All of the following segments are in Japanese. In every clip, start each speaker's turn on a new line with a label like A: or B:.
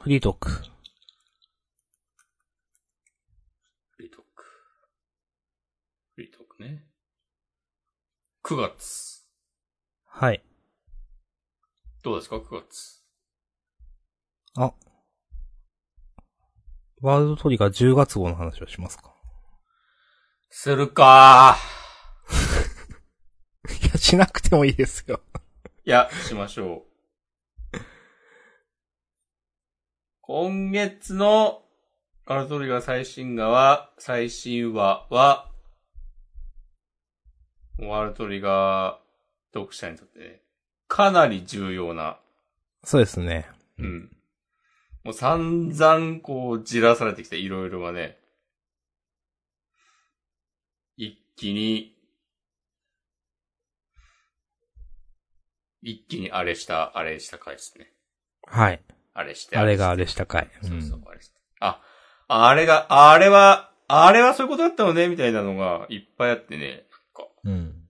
A: フリートーク。
B: フリートーク。フリートークね。9月。
A: はい。
B: どうですか ?9 月。
A: あ。ワールドトリガー10月号の話をしますか。
B: するか
A: いや、しなくてもいいですよ。
B: いや、しましょう。 今月のワールドトリガー最新話は、最新話は、ワールドトリガー読者にとってね、かなり重要な、
A: そうですね。
B: うん。もう散々こう、じらされてきたいろいろがね、一気に、一気にあれした、あれした回ですね。
A: はい。
B: あれして。
A: あれがあ
B: れ
A: れしたかい。
B: して。そうそうう、あれして。あ、あれが、あれは、あれはそういうことだったのね、みたいなのがいっぱいあってね、なんか、
A: ん。うん。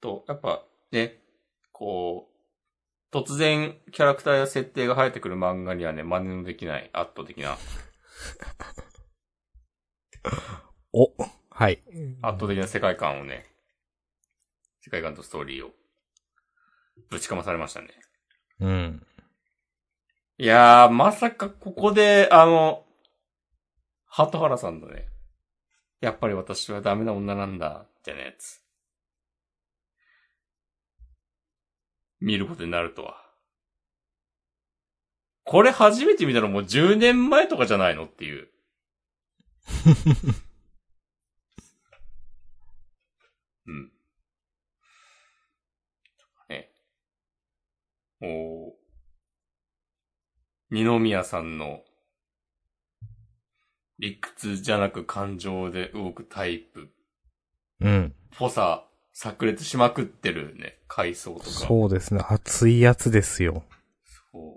B: と、やっぱね、こう、突然キャラクターや設定が生えてくる漫画にはね、真似のできない圧倒的な、
A: お。はい。
B: 圧倒的な世界観をね、世界観とストーリーを、ぶちかまされましたね。
A: うん。
B: いやー、まさかここで、あの、鳩原さんのね、やっぱり私はダメな女なんだ、じゃなやつ。見ることになるとは。これ初めて見たのもう10年前とかじゃないのっていう。 うん。ね。もう、二宮さんの理屈じゃなく感情で動くタイプ、
A: うん。
B: ぽさ、炸裂しまくってるね、回想とか。そう。
A: そうですね。熱いやつですよ。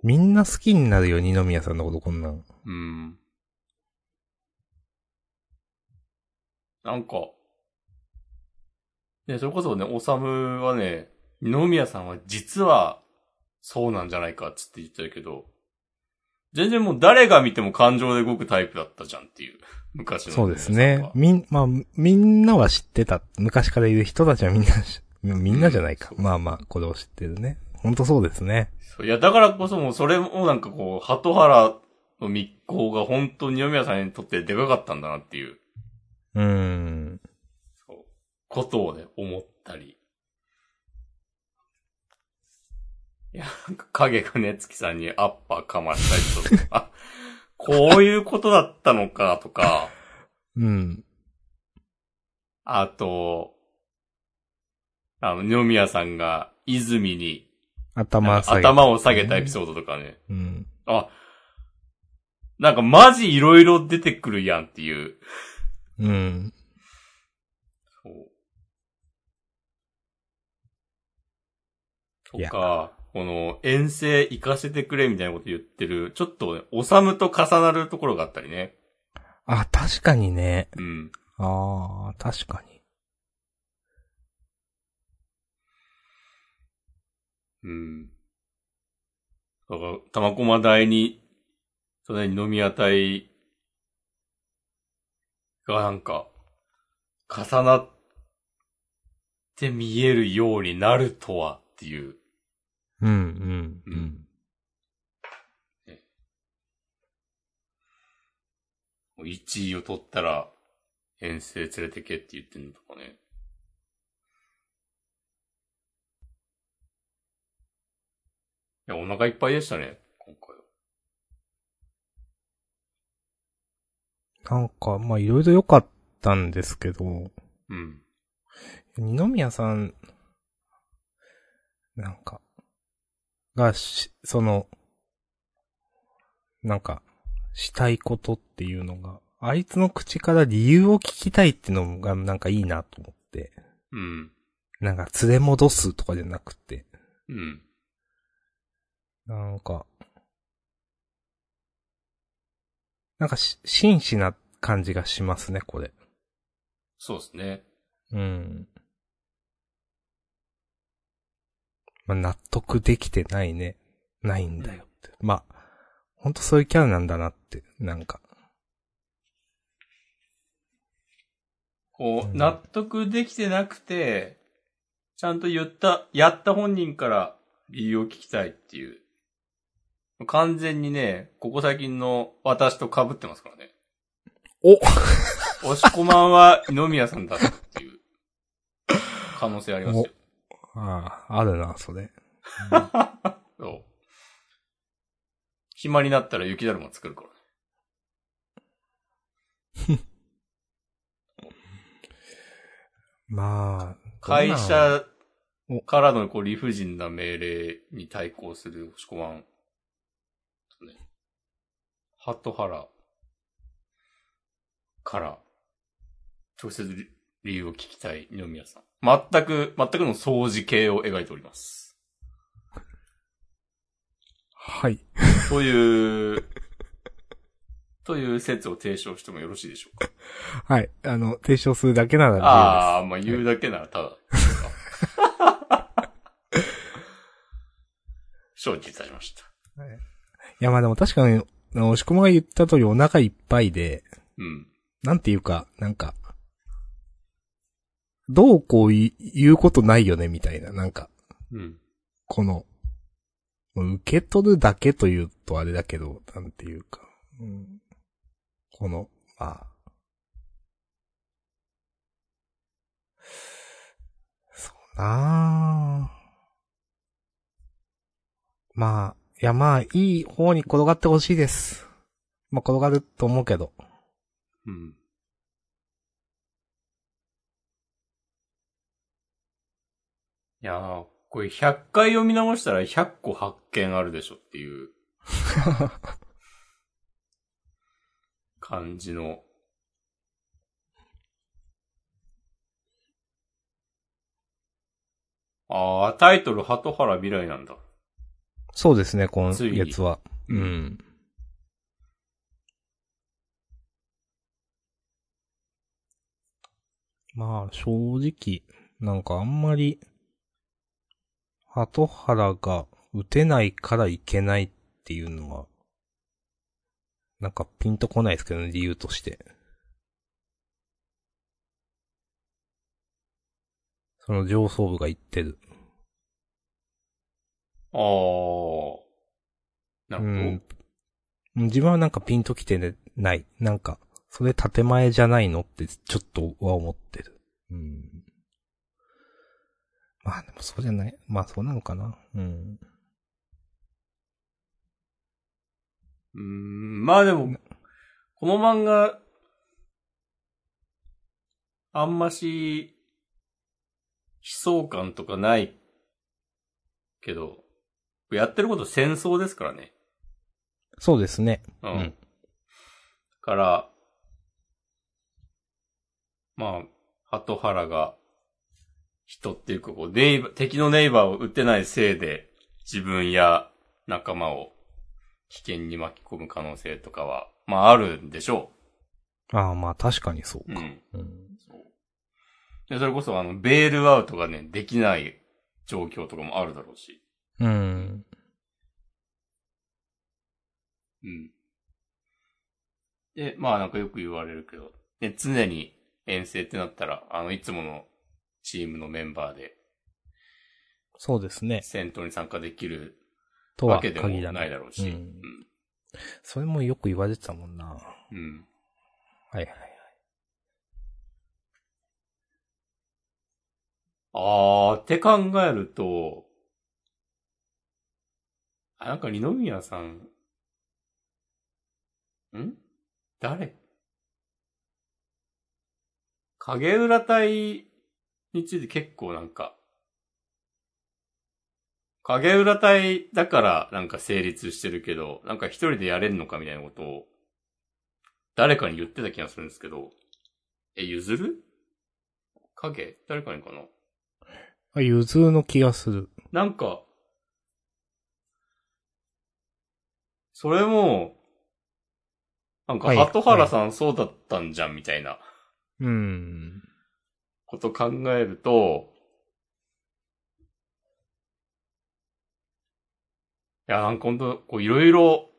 A: みんな好きになるよ、二宮さんのことこんなん。
B: うん。なんか、ね、それこそね、おさむはね、二宮さんは実は、そうなんじゃないかっつって言ってるけど、全然もう誰が見ても感情で動くタイプだったじゃんっていう、昔の。
A: そうですね。みん、まあ、みんなは知ってた。昔からいる人たちはみんなし、みんなじゃないか。
B: うん
A: まあまあ、これを知ってるね。ほんとそうですね。
B: そういや、だからこそもうそれもなんかこう、鳩原の密航が本当に二宮さんにとってでかかったんだなっていう、
A: うーん。
B: そう、ことをね、思ったり。いや、なんか影がね、月さんにアッパーかましたりとか、 あこういうことだったのかとか、
A: うん。
B: あと、あの、二宮さんが泉に
A: 頭下げ
B: 頭を下げたエピソードとかね、
A: ド。うん。
B: あ、なんかマジいろいろ出てくるやんっていう。
A: うん。
B: と
A: いや
B: か、この遠征行かせてくれみたいなこと言ってる、ちょっとね、おさむと重なるところがあったりね。
A: あ、確かにね。
B: うん。
A: ああ、確かに。
B: うん。だから、玉駒台に、その二宮隊がなんか、重なって見えるようになるとはっていう。
A: うん、うん、
B: う
A: うんん。
B: もう1位を取ったら、遠征連れてけって言ってんのとかね。いや、お腹いっぱいでしたね、今回は。
A: なんか、まあ、いろいろ良かったんですけど、
B: うん。
A: 二宮さん、なんか、がし、その、なんか、したいことっていうのが、あいつの口から理由を聞きたいってのがなんかいいなと思って、
B: うん。
A: なんか連れ戻すとかじゃなくて、
B: うん。
A: なんか、なんかし、真摯な感じがしますね、これ。
B: そうですね。
A: うん。まあ、納得できてないね。ないんだよって。まあ、ほんとそういうキャラなんだなって、なんか。
B: こ
A: う
B: う、
A: ん
B: 納得できてなくて、ちゃんと言った、やった本人から理由を聞きたいっていう。完全にね、ここ最近の私と被ってますからね。
A: お
B: 押し込まんは二宮さんだったっていう可能性ありますよ。
A: ああ、あるな、それ。
B: そう。暇になったら雪だるま作るからね。
A: まあ。
B: 会
A: どうなの。
B: 社からのこう理不尽な命令に対抗する押し込まん。ね。ハトハラから、直接理理由を聞きたい二宮さん。全く、全くの掃除系を描いております。
A: はい。
B: という、という説を提唱してもよろしいでしょうか
A: はい。あの、提唱するだけなら理由です。
B: ああ、まあ言うだけならただ。承知いたしました。
A: いや、まあでも確かに、押し込まが言った通りお腹いっぱいで、
B: うん。
A: なんていうか、なんか、どうこうい言うことないよね、みたいな。なんか、
B: うん。
A: この、もう受け取るだけというとあれだけど、なんていうか、うん、この、まあ、そうなあまあ、いやまあ、いい方に転がってほしいです。まあ転がると思うけど。
B: うん。いやー、これ100回読み直したら100個発見あるでしょって いう感じの。ああ、タイトル、鳩原未来なんだ。
A: そうですね、今
B: ついに
A: 月は。
B: うん
A: ん。まあ、正直、なんかあんまり、鳩原が打てないからいけないっていうのは、なんかピンとこないですけどね、理由として。その上層部が言ってる。
B: ああ。な
A: う
B: るほど。
A: ん。自分はなんかピンときてない。なんか、それ建前じゃないのってちょっとは思ってる。うん。まあでもそうじゃない。まあそうなのかな。うん。
B: うーん、まあでも、この漫画、あんまし、悲壮感とかないけど、やってること戦争ですからね。
A: そうですね。
B: うん。
A: うん
B: から、まあ、鳩原が、人っていうかこう、ネイバー敵のネイバーを撃てないせいで、自分や仲間を危険に巻き込む可能性とかは、まああるんでしょ。
A: ああまあ確かにそうう
B: う
A: か。
B: ん。
A: うん
B: で、それこそあの、ベールアウトがね、できない状況とかもあるだろうし。
A: うん。
B: うん。で、まあなんかよく言われるけど、で、常に遠征ってなったら、あの、いつものチームのメンバーで
A: そうですね。
B: 戦闘に参加できる
A: と
B: わ
A: は
B: けでも
A: 限ら
B: な
A: ないい。
B: だろうし。
A: うんそれもよく言われてたもんな。は
B: うん。うん。
A: いはい。
B: あー、って考えると、あ、なんか二宮さん、ん誰影浦隊について結構なんか、影浦隊だからなんか成立してるけど、なんか一人でやれんのかみたいなことを、誰かに言ってた気がするんですけど、え、ゆずる影誰かにかな
A: あ、ゆずの気がする。
B: なんか、それも、なんか、
A: はい
B: 鳩原さんそうだったんじゃんみたいな
A: うん。
B: こと考えると、いや、なんかほんと、こういろいろ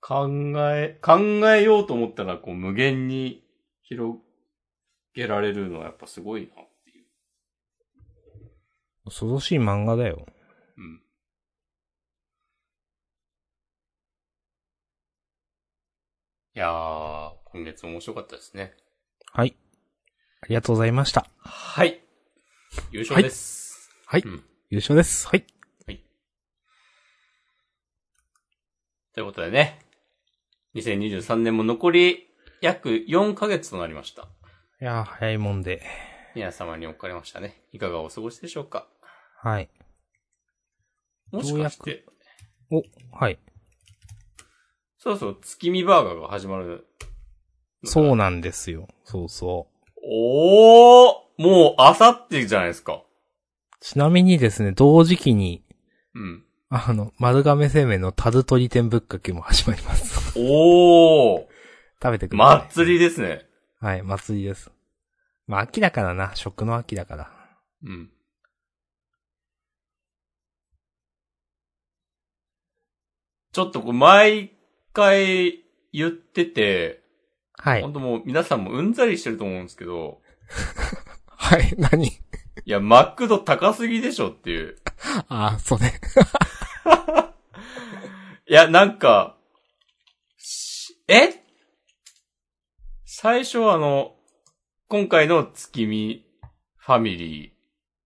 B: 考え、考えようと思ったら、こう、無限に広げられるのはやっぱすごいなっていう。
A: 恐ろしい漫画だよ。
B: うん。いやー、今月面白かったですね。
A: はい。ありがとうございました。
B: はい。優勝です。
A: はい
B: うん。
A: 優勝です。はい。
B: ということでね、2023年も残り約4ヶ月となりました。
A: いやー、早いもんで。
B: 皆様におかれましたね。いかがお過ごしでしょうか
A: はい。
B: もしかして、
A: お、はい。
B: そろそろ月見バーガーが始まる。
A: そうなんですよ。そうそう。
B: おーもうあさってじゃないですか。
A: ちなみにですね、同時期に、
B: うん。
A: あの、丸亀製麺のタルトリ天ぶっかけも始まります。
B: おー
A: 食べてください。
B: 祭りですね。
A: はい、祭りです。まあ、秋だからな。食の秋だから。
B: うん。ちょっとこう毎回言ってて、
A: は
B: 本
A: い。
B: 当もう皆さんもうんざりしてると思うんですけど、
A: はい、 何
B: いや、マックド高すぎでしょっていう。
A: ああ、そうね。
B: いや、なんか、しえ最初はあの、今回の月見ファミリー、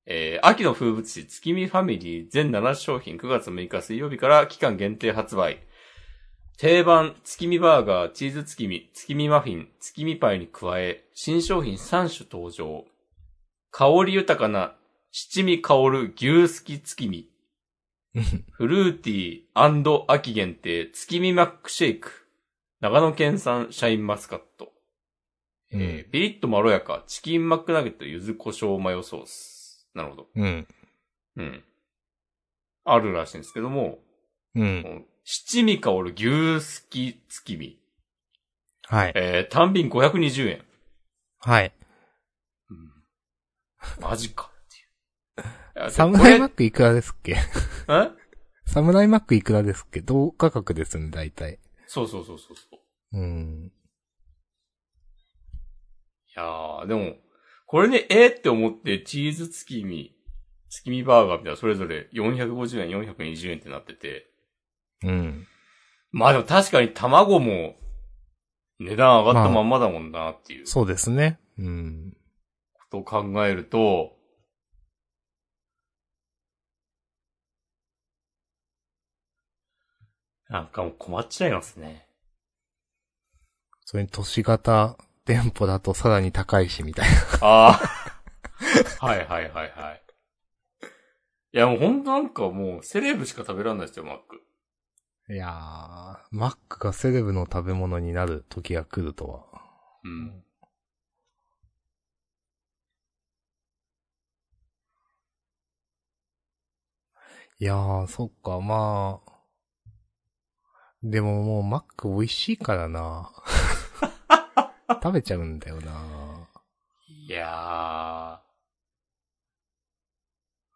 B: えー、秋の風物詩月見ファミリー全7商品9月6日水曜日から期間限定発売。定番、月見バーガー、チーズ月見、月見マフィン、月見パイに加え、新商品3種登場。香り豊かな、七味香る牛すき月見。
A: うん
B: フルーティー秋限定月見マックシェイク。長野県産シャインマスカット。えーピリッとまろやかチキンマックナゲット柚子胡椒マヨソース。なるほど。
A: うん。
B: うん。あるらしいんですけども、
A: うん。
B: もう七味香る牛すき月見。
A: はい。
B: えー、単品520円。
A: はい。
B: マジかっていういや。
A: サムライマッ
B: こ
A: クいくらですっけ
B: れえ
A: サムライマックいくらですっけ同価格ですよね、大体。
B: そうそうそうそうそう。
A: うん。
B: いやー、でも、これね、えー、って思って、チーズ月見、月見バーガーみたいな、それぞれ450円、420円ってなってて。
A: うん。
B: まあでも確かに卵も、値段上がったまんまだもんなっていうこ
A: そうですね。うん。
B: とを考えると、なんかもう困っちゃいますね。
A: それに都市型店舗だとさらに高いし、みたいな。
B: ああ。はいはいはいはい。いやもうほんとなんかもうセレブしか食べられないですよ、マック。
A: いやー、マックがセレブの食べ物になる時が来るとは。
B: うん。
A: いやー、そっか、まあ。でももうマック美味しいからな。食べちゃうんだよな。
B: いや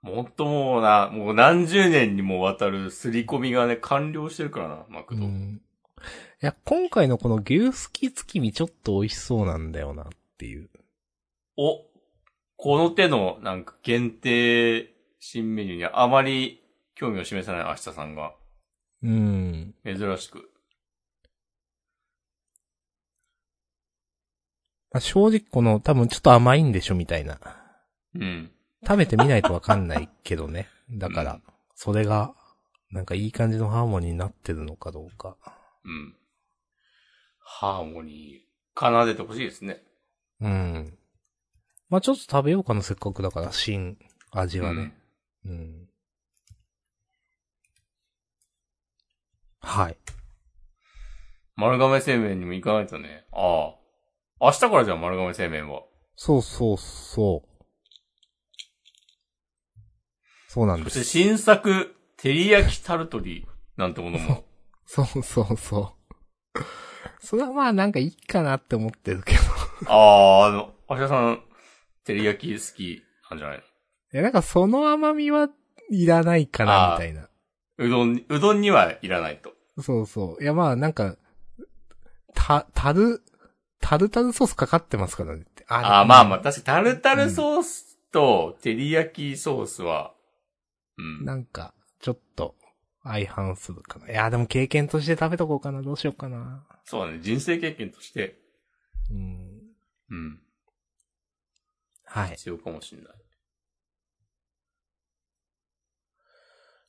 B: ー。もっともうな、もう何十年にもわたる刷り込みがね、完了してるからな、マク
A: う
B: ド。
A: ん。いや、今回のこの牛すき月見ちょっと美味しそうなんだよなっていう。
B: お、この手のなんか限定新メニューにあまり興味を示さない明日さんが、
A: うん。
B: 珍しく。
A: まあ、正直この多分ちょっと甘いんでしょみたいな。
B: うん。
A: 食べてみないとわかんないけどね。だか
B: う
A: ら
B: ん、
A: それが、なんかいい感じのハーモニーになってるのかどうか。
B: うん。ハーモニー、奏でてほしいですね。
A: うん。まあ、ちょっと食べようかな、せっかくだから、新味はね。うん。はい。
B: うん。丸亀製麺にも行かないとね。ああ。明日からじゃん、丸亀製麺は。
A: そうそうそう。そうなん
B: そ
A: で
B: して
A: す。
B: 新作、照り焼きタルトリーなんてもの も。
A: そうそうそう。 それはまあなんかいいかなって思ってるけど。
B: ああ、あの、アシャさん、照り焼き好きなんじゃない
A: いやなんかその甘みはいらないかな、みたいな。
B: うどん、うどんにはいらないと。
A: そうそう。いや、まあ、なんか、た、タル、タルタルソースかかってますからねって。
B: あー、まあまあ、確かにタルタルソースと照り焼きソースは、うん。
A: なんか、ちょっと、相反するかな。いや、でも経験として食べとこうかな。どうしようかな。
B: そうだね、人生経験として、
A: うん。
B: うん、
A: はい。
B: 必要かもしれない。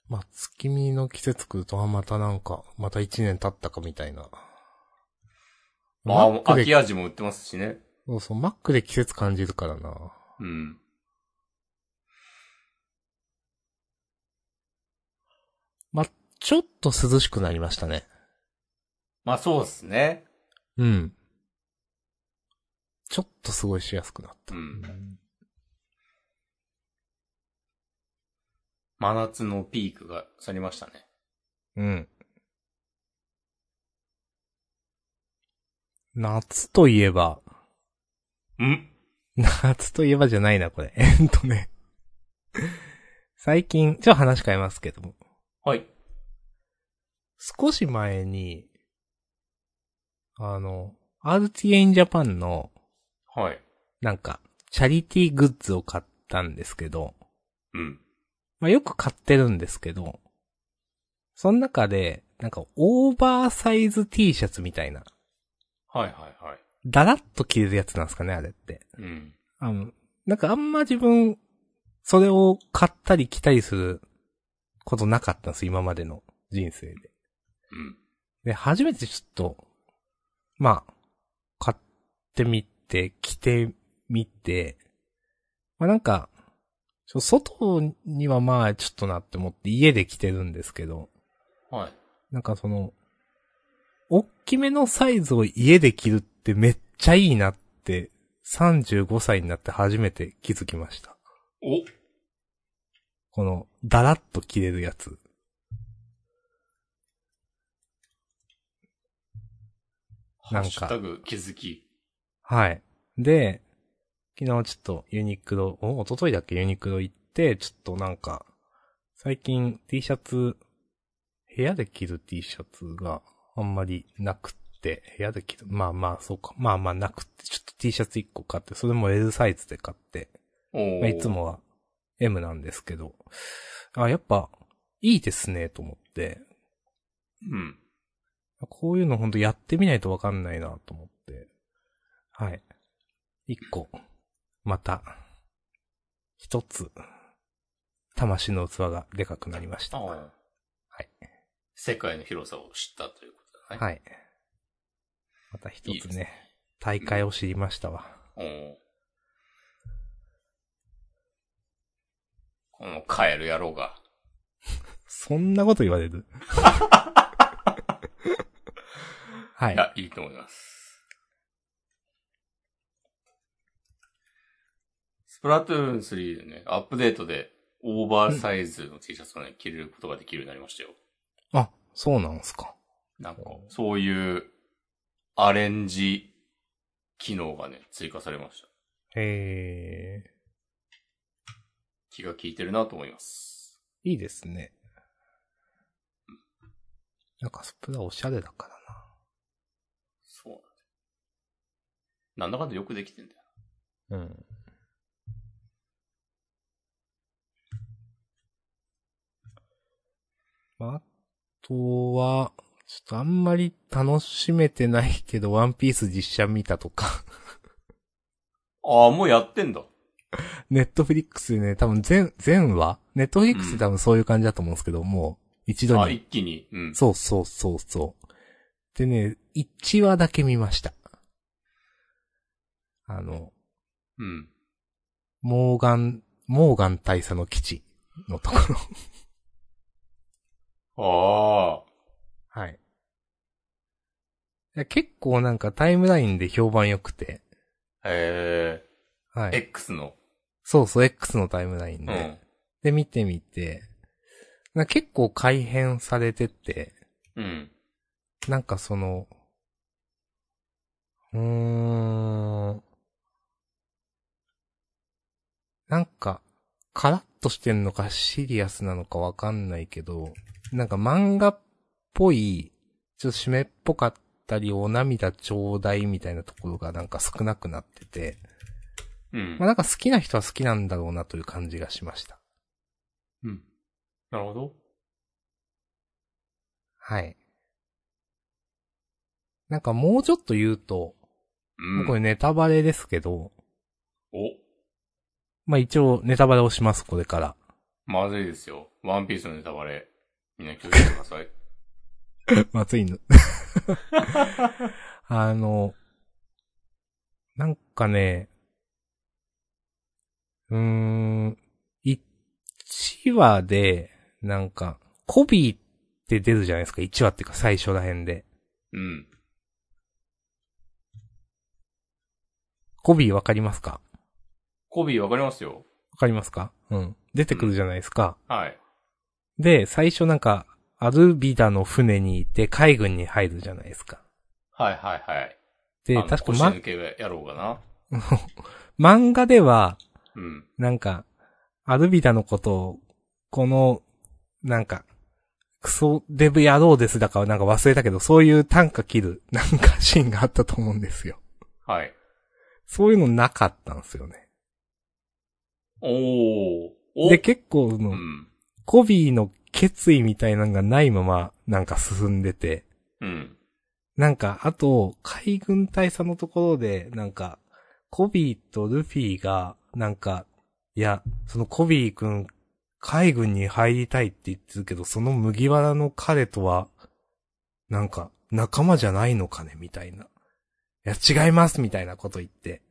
A: まあ、月見の季節来ると、あ、またなんか、また一年経ったかみたいな。
B: まあ、
A: マ
B: もう
A: ック
B: 秋
A: で、
B: 味も売ってますしね。
A: そうそう、マックで季節感じるからな。
B: うん。
A: まあ、ちょっと涼しくなりましたね。
B: まあそうですね。
A: うん。ちょっと過ごしやすくなった。
B: うん。真夏のピークが去りましたね。
A: うん。夏といえば、
B: うん
A: 夏といえばじゃないな、これ。 えっとね。最近、ちょっと話変えますけども。
B: はい。
A: 少し前に、あの、RTA in Japan の、
B: はい。
A: なんか、チャリティーグッズを買ったんですけど、
B: うん。
A: まあ、よく買ってるんですけど、その中で、なんか、オーバーサイズ T シャツみたいな、
B: はいはいはい。
A: だらっと着れるやつなんですかね、あれって。
B: うん。
A: あの、なんかあんま自分、それを買ったり着たりすることなかったんです、今までの人生で。
B: うん。
A: で、初めてちょっと、まあ、買ってみて、着てみて、まあなんか、ちょ外にはまあちょっとなって思って家で着てるんですけど、
B: はい。
A: なんかその、大きめのサイズを家で着るってめっちゃいいなって、35歳になって初めて気づきました。
B: お
A: この、だらっと着れるやつ。
B: ハ
A: なんか
B: ッシュタグ気づき。
A: はい。で、昨日ちょっとユニクロ、お、一昨日だっけユニクロ行って、ちょっとなんか、最近 T シャツ、部屋で着る T シャツがあんまりなくって、部屋で着る、まあまあそうか、まあまあなくって、ちょっと T シャツ1個買って、それも L サイズで買って、
B: おー
A: まあ、いつ。もは M なんですけど、あ、やっぱ、いいですね、と思って、
B: うん。
A: こういうのほんとやってみないとわかんないなと思って。はい。一個。また。一つ。魂の器がでかくなりました。
B: あ
A: は
B: あ。世界の広さを知ったということ
A: い。
B: だね。
A: はい。また一
B: いい
A: つ
B: です
A: ね。大会を知りましたわ。
B: おーこのカエル野郎が。
A: そんなこと言われ るはいい。
B: や、いいと思います。スプラトゥーン3でね、アップデートで、オーバーサイズの T シャツをね、着れることができるようになりましたよ。
A: あ、そうなんすか。
B: なんか
A: お、
B: そういう、アレンジ、機能がね、追加されました。
A: へえ、
B: 気が利いてるなと思います。
A: いいですね。なんかスプラおしゃれだからな。
B: そうなんだ。なんだかんだよくできてんだよ。
A: うん。まあ、あとは、ちょっとあんまり楽しめてないけど、ワンピース実写見たとか、
B: ああ、もうやってんだ。
A: ネットフリックスでね、多分全、全話ネットフリックスで多分そういう感じだと思うんですけど、もう、一度
B: あ
A: に。
B: 一気に。うん。
A: そうそうそうそう。でね、1話だけ見ました。あの、
B: うん。
A: モーガン、モーガン大佐の基地のとこ ろ。
B: ああ。
A: はい。いや結構なんかタイムラインで評判良くて。
B: へ
A: は
B: え。
A: い。
B: X の。
A: そうそう、X のタイムライン
B: う
A: で。
B: ん。
A: で、見てみて。なんか結構改変されてて、
B: うん。
A: なんかその、うーん。なんか、カラッとしてんのかシリアスなのかわかんないけど、なんか漫画っぽいちょっと湿っぽかったり、お涙ちょうだいみたいなところがなんか少なくなってて、
B: うん
A: まあ。なんか好きな人は好きなんだろうなという感じがしました。
B: うん。なるほど。
A: はい。なんかもうちょっと言うと、
B: うん。
A: これネタバレですけど、
B: お、
A: まあ一応ネタバレをします、これから。
B: まずいですよ。ワンピースのネタバレ。みんな気をつけてください。
A: まずいの。 あの、なんかね、うーん、1話で、なんか、コビーって出るじゃないですか、1話っていうか最初ら辺で。
B: うん。
A: コビーわかりますか
B: コビーわかりますよ。
A: わかりますかうん。出てくるじゃないですか。
B: はい。
A: で、最初なんか、アルビダの船にいて海軍に入るじゃないですか。
B: はいはいはい。
A: で、
B: あの
A: 確か、
B: 腰
A: ま
B: 抜、けやろうかな。
A: 漫画では、
B: うん。
A: なんか、アルビダのことを、この、なんか、クソデブ野郎ですだからなんか忘れたけど、そういう短歌切る、なんかシーンがあったと思うんですよ。
B: はい。
A: そういうのなかったんですよね。
B: おー。お
A: で、結構、
B: う
A: の、
B: ん。
A: コビーの決意みたいなのがないまま、なんか進んでて、
B: うん。
A: なんか、あと、海軍大佐のところで、なんか、コビーとルフィが、なんか、いや、そのコビーくん、海軍に入りたいって言ってるけど、その麦わらの彼とは、なんか、仲間じゃないのかね、みたいな。いや、違います、みたいなこと言って。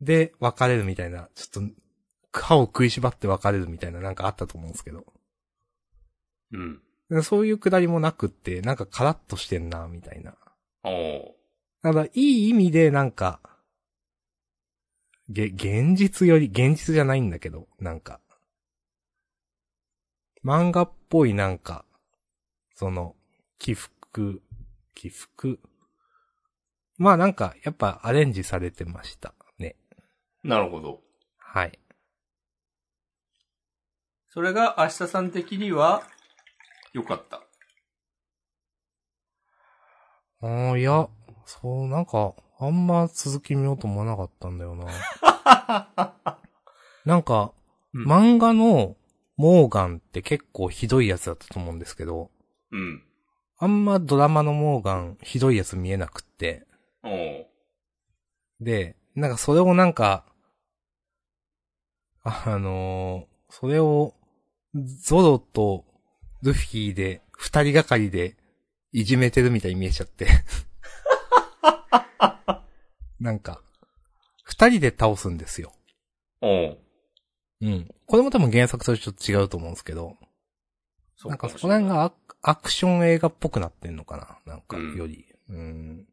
A: で、別れるみたいな、ちょっと、歯を食いしばって別れるみたいな、なんかあったと思うんですけど。
B: うん。
A: でそういうくだりもなくって、なんかカラッとしてんな、みたいな。
B: おー。
A: ただ、いい意味で、なんか、げ、現実より、現実じゃないんだけど、なんか、漫画っぽいなんか、その、起伏、起伏。まあなんか、やっぱアレンジされてましたね。
B: なるほど。
A: はい。
B: それが明日さん的には、良 かった。
A: あーいや、そう、なんか、あんま続き見ようと思わなかったんだよ な。なんか、
B: うん
A: 漫画の、モーガンって結構ひどいやつだったと思うんですけど、
B: うん。
A: あんまドラマのモーガンひどいやつ見えなくって。
B: おー。
A: で、なんかそれをなんか、あのーそれを、ゾロとルフィで二人がかりでいじめてるみたいに見えちゃって。なんか、二人で倒すんですよ。
B: おー。
A: うん。これも多分原作とちょっと違うと思うんですけど、
B: そ
A: なん
B: う
A: か
B: も
A: そ
B: し
A: こ
B: れ
A: ら
B: ない
A: 辺がアクアクション映画っぽくなってんのかななんか
B: うん
A: より。うん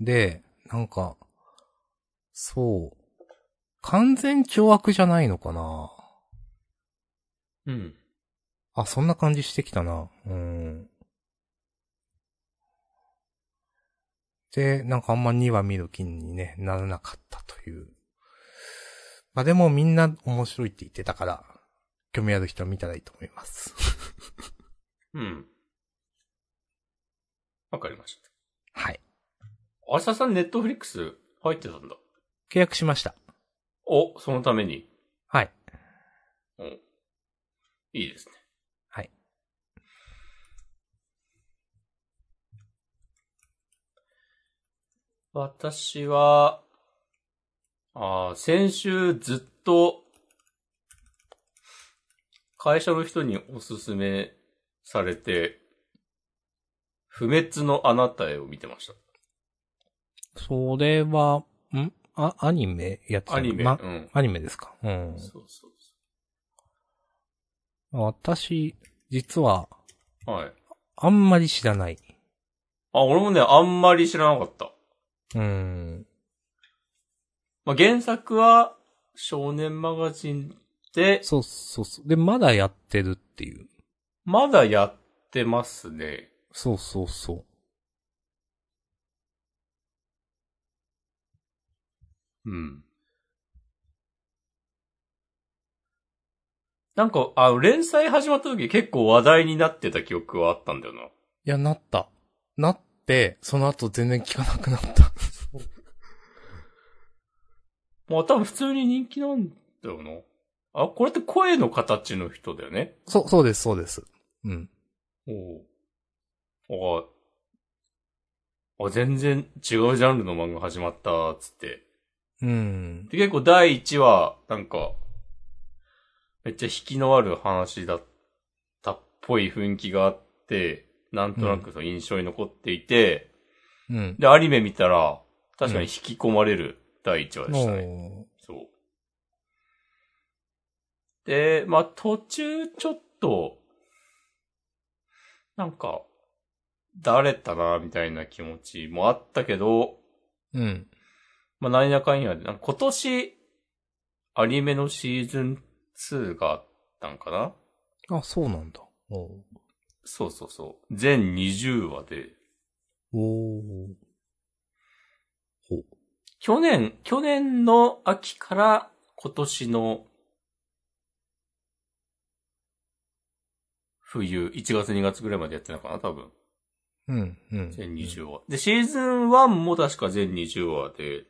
A: で、なんか、そう。完全懲悪じゃないのかな
B: うん。
A: あ、そんな感じしてきたな。うん。で、なんかあんま2話見る気に、ね、ならなかったという。まあでもみんな面白いって言ってたから、興味ある人は見たらいいと思います。
B: うん。わかりました。
A: はい。
B: 明日さんネットフリックス入ってたんだ。
A: 契約しました。
B: お、そのために。
A: はい。
B: いいですね。
A: はい。
B: 私は、あー先週ずっと、会社の人におすすめされて、不滅のあなたへを見てまし
A: それは、んあ、アニメやって
B: た。
A: た
B: アニメ。
A: ま
B: うん。
A: アニメですか。うん。
B: そうそう
A: 私、実は、
B: そう。はい。
A: あんまり知らない。
B: あ、俺もね、あんまり知らなかった。
A: うん。
B: まあ、原作は、少年マガジンで、
A: そうそうそう。で、まだやってるっていう。
B: まだやってますね。
A: そうそうそう。
B: うん。なんか、あの、連載始まった時結構話題になってた記憶はあったんだよな。
A: いや、なった。なって、その後全然聞かなくなった。
B: まあ多分普通に人気なんだよな。あ、これって声の形の人だよね。
A: そう、そうです、そうです。うん。
B: おお。あ、あ全然違うジャンルの漫画始まった、つって。
A: うん。
B: で、結構第1話、なんか、めっちゃ引きのある話だったっぽい雰囲気があって、なんとなくその印象に残っていて、
A: うん。
B: で、アニメ見たら、確かに引き込まれる第1話でしたね。
A: も
B: そう。で、まあ、途中ちょっと、なんか、だれたな、みたいな気持ちもあったけど、
A: う、うん。
B: まあ、何やかんやで、なんか今年、アニメのシーズン2があったんかな
A: あ、そうなんだ。おー
B: そうそうそう。全20話で、
A: おー
B: 去年、去年の秋から今年の冬、1月2月ぐらいまでやってたのかな、多分。
A: うん、うん。
B: 全20話。で、シーズン1も確か全20話で、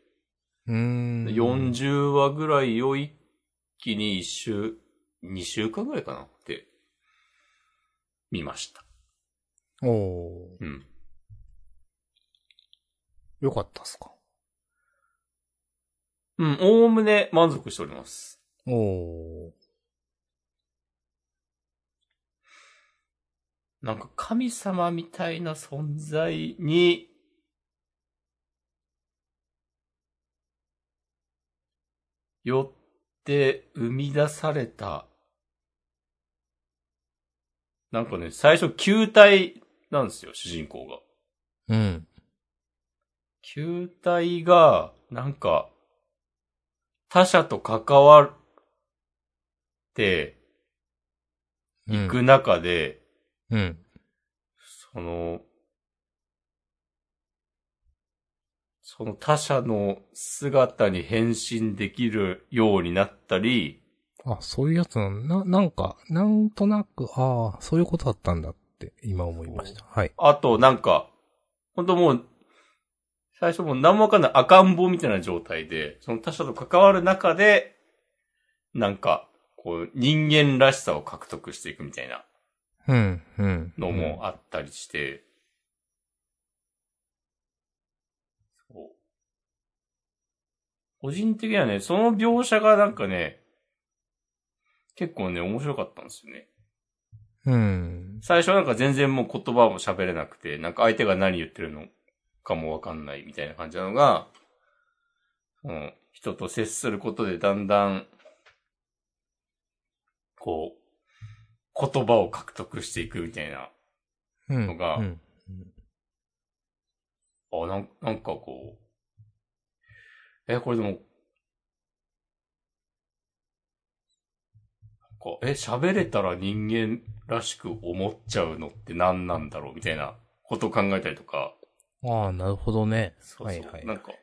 A: うん。
B: 40話ぐらいを一気に1週、2週間ぐらいかなって、見ました。
A: おお
B: うん。
A: ーよかったっすか。
B: うん、おおむね満足しております。
A: おお
B: なんか神様みたいな存在に、よって生み出された。なんかね、最初球体なんですよ、主人公が。
A: ーうん。
B: 球体が、なんか、他者と関わって
A: 行
B: いく中で、
A: うん。
B: その、その他者の姿に変身できるようになったり、
A: あ、そういうやつなのな、なんか、なんとなく、ああ、そういうことだったんだって、今思いました。はい。
B: あとなんか、ほんともう、最初もう何もわかんない赤ん坊みたいな状態で、その他者と関わる中で、なんか、こう人間らしさを獲得していくみたいな
A: うん、うん。
B: のもあったりして、そう個人的にはね、その描写がなんかね、結構ね、面白かったんですよね。
A: うん。
B: 最初はなんか全然もう言葉も喋れなくて、なんか相手が何言ってるのかもわかんないみたいな感じなのが、その人と接することでだんだん、こう、言葉を獲得していくみたいな
A: うん。
B: のが
A: うん。
B: あ、なんなんかこう。え、これでも、なんかえ、喋れたら人間らしく思っちゃうのって何なんだろうみたいなことを考えたりとか。
A: ああ、なるほどね。
B: そうそう。
A: はいはい
B: なんか。だか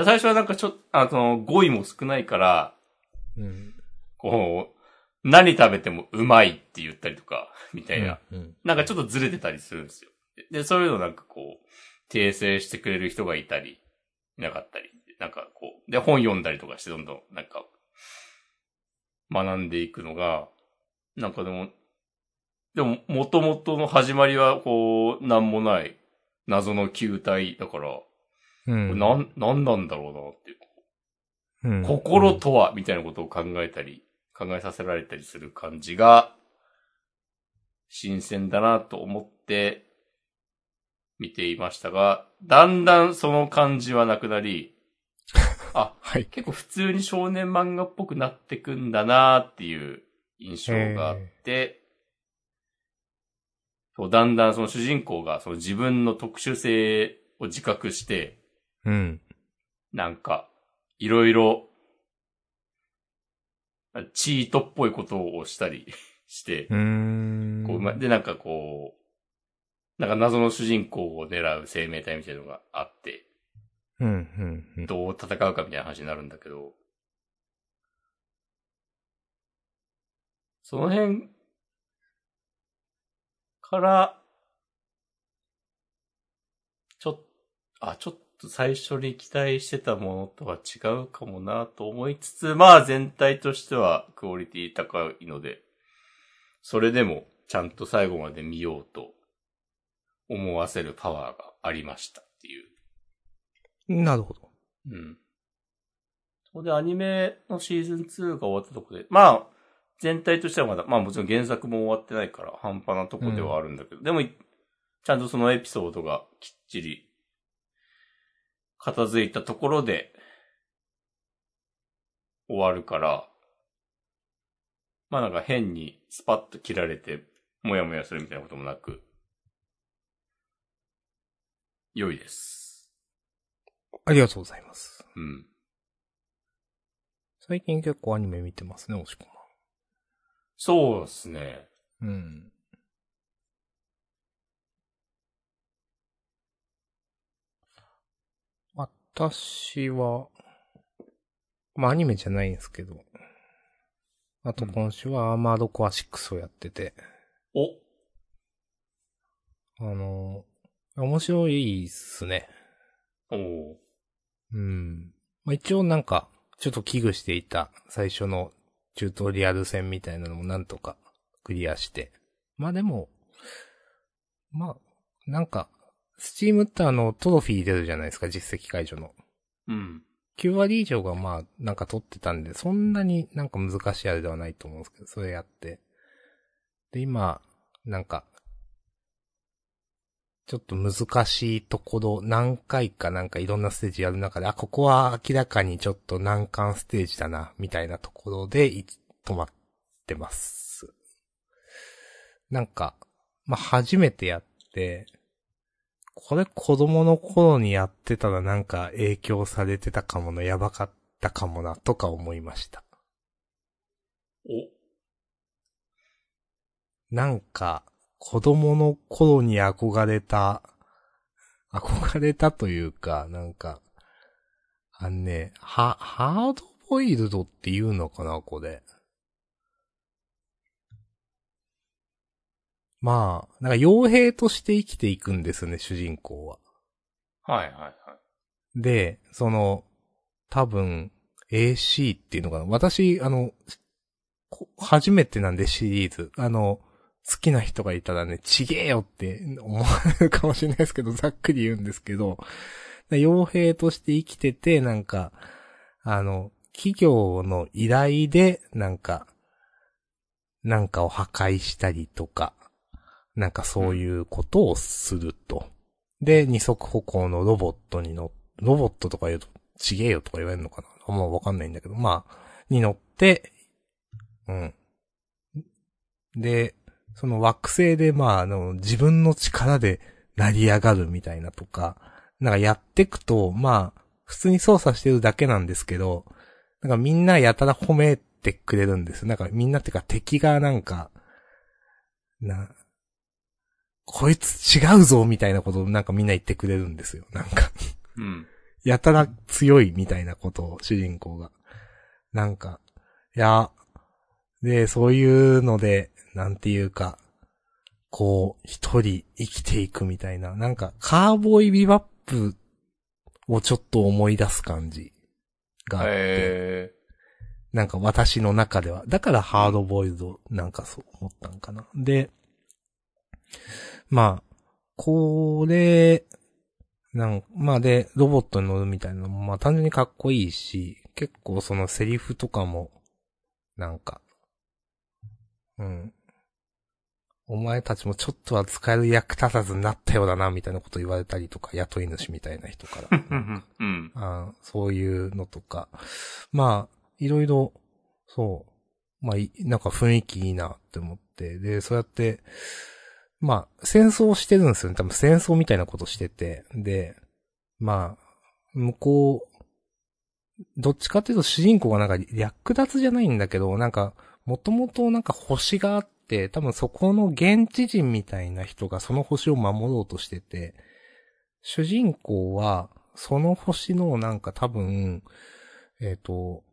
B: ら最初はなんかちょっと、あその、語彙も少ないから、
A: うん。
B: こう、何食べてもうまいって言ったりとか、みたいな。
A: うん。
B: なんかちょっとずれてたりするんですよ。で、でそういうのなんかこう、訂正してくれる人がいたり、いなかったり、なんかこう、で、本読んだりとかしてどんどん、なんか、学んでいくのが、なんかでも、でも、元々の始まりは、こう、なんもない、謎の球体だから、
A: うん。
B: なん、なんなんだろうなっていう、
A: うん、
B: 心とは、みたいなことを考えたり、考えさせられたりする感じが、新鮮だなと思って、見ていましたが、だんだんその感じはなく なり、あ、
A: はい。
B: 結構普通に少年漫画っぽくなってくんだなっていう印象があって、そうだんだんその主人公がその自分の特殊性を自覚して、
A: うん。
B: なんか、いろいろ、チートっぽいことをしたり して
A: う、ーん。
B: こうまで、なんかこう、なんか謎の主人公を狙う生命体みたいなのがあって、
A: うん、うん、うん。
B: どう戦うかみたいな話になるんだけど、その辺から、あ、ちょっと最初に期待してたものとは違うかもなと思いつつ、まあ全体としてはクオリティ高いので、それでもちゃんと最後まで見ようと思わせるパワーがありましたっていう。
A: なるほど。
B: うん。そこでアニメのシーズン2が終わったとこで、まあ、全体としてはまだ、まあもちろん原作も終わってないから半端なとこではあるんだけど、でもい、ちゃんとそのエピソードがきっちり片付いたところで終わるから、まあなんか変にスパッと切られて、もやもやするみたいなこともなく、良いです。
A: ありがとうございます。
B: うん。
A: 最近結構アニメ見てますね、おしこ
B: そうですね。
A: ま。うん。私は、まあ、アニメじゃないんですけど、あと今週はアーマードコア6をやってて、
B: お
A: あの、面白いっすね。
B: おお
A: うん。まあ、一応なんか、ちょっと危惧していた最初のチュートリアル戦みたいなのもなんとかクリアして。まあでも、まあ、なんか、スチームってあの、トロフィー出るじゃないですか、実績解除の。
B: うん。
A: 9割以上がまあ、なんか取ってたんで、そんなになんか難しいあれではないと思うんですけど、それやって。で、今、なんか、ちょっと難しいところ、何回かなんかいろんなステージやる中で、あ、ここは明らかにちょっと難関ステージだな、みたいなところで、い止まってます。なんか、まあ、初めてやって、これ子供の頃にやってたらなんか影響されてたかもな、やばかったかもな、とか思いました。
B: お
A: なんか、子供の頃に憧れた、憧れたというか、なんか、あのね、は、ハードボイルドっていうのかな、これ。まあ、なんか傭兵として生きていくんですね、主人公は。
B: はいはいはい。
A: で、その、多分、AC っていうのかな。私、あの、こ初めてなんでシリーズ。あの、好きな人がいたらね、ちげえよって思われるかもしれないですけど、ざっくり言うんですけど、傭兵として生きてて、なんか、あの、企業の依頼で、なんか、なんかを破壊したりとか、なんかそういうことをすると。で、二足歩行のロボットに乗っ、ロボットとか言うと、ちげえよとか言われるのかなあんまわかんないんだけど、まあ、に乗って、うん。で、その惑星で、まあ、あの、自分の力で成り上がるみたいなとか、なんかやってくと、まあ、普通に操作してるだけなんですけど、なんかみんなやたら褒めてくれるんです。なんかみんなっていうか敵がなんか、な、こいつ違うぞみたいなことをなんかみんな言ってくれるんですよ。なんか、
B: うん。
A: やたら強いみたいなことを主人公が。なんか、いや、で、そういうので、なんていうか、こう、一人生きていくみたいな、なんか、カーボーイビバップをちょっと思い出す感じがあって。
B: え
A: なんか私の中では。だからハードボイルドなんかそう思ったんかな。で、まあ、これ、なんまあで、ロボットに乗るみたいなのも、まあ単純にかっこいいし、結構そのセリフとかも、なんか、うん。お前たちもちょっとは使える役立たずになったようだな、みたいなこと言われたりとか、雇い主みたいな人 から。
B: ー。うん。うん。
A: あーそういうのとか。まあ、いろいろ、そう。まあ、いなんか雰囲気いいなって思って。で、そうやって、まあ、戦争してるんですよね。多分戦争みたいなことしてて。で、まあ、向こう、どっちかっていうと主人公がなんか略奪じゃないんだけど、なんか、もともとなんか星があって、多分そこの現地人みたいな人がその星を守ろうとしてて、主人公は、その星のなんか多分、えっ、と、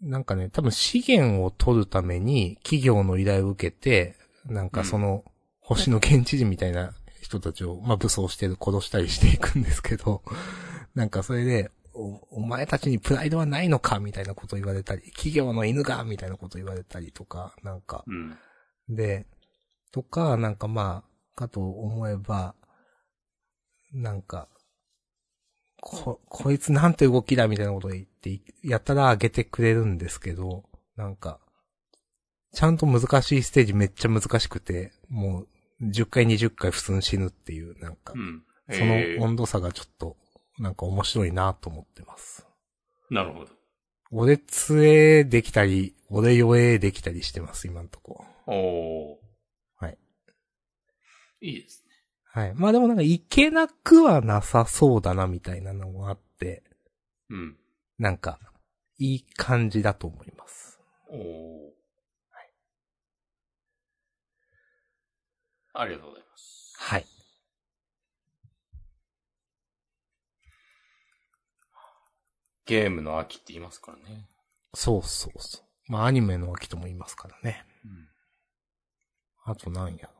A: なんかね、多分資源を取るために企業の依頼を受けて、なんかその星の現地人みたいな人たちを、まあ、武装してる、殺したりしていくんですけど、 なんかそれで、おお前たちにプライドはないのかみたいなこと言われたり、企業の犬がみたいなこと言われたりとか、なんか、
B: うん。
A: で、とか、なんかまあ、かと思えば、なんか、こ、こいつなんて動きだみたいなこと言って、やったら上げてくれるんですけど、なんか、ちゃんと難しいステージめっちゃ難しくて、もう、10回20回普通に死ぬっていう、なんか
B: う、ん。
A: そ
B: え
A: の
B: ー
A: 温度差がちょっと、なんか面白いなと思ってます。
B: なるほど。
A: 俺杖できたり、俺弱えできたりしてます、今んとこ。
B: おー。
A: はい。
B: いいですね。
A: はい。まあでもなんかいけなくはなさそうだなみたいなのもあって、
B: うん。
A: なんか、いい感じだと思います。
B: おー。はい。ありがとうございます。
A: はい。
B: ゲームの秋って言いますからね。
A: そうそうそう。まあアニメの秋とも言いますからね。
B: うん。
A: あとなんやろ。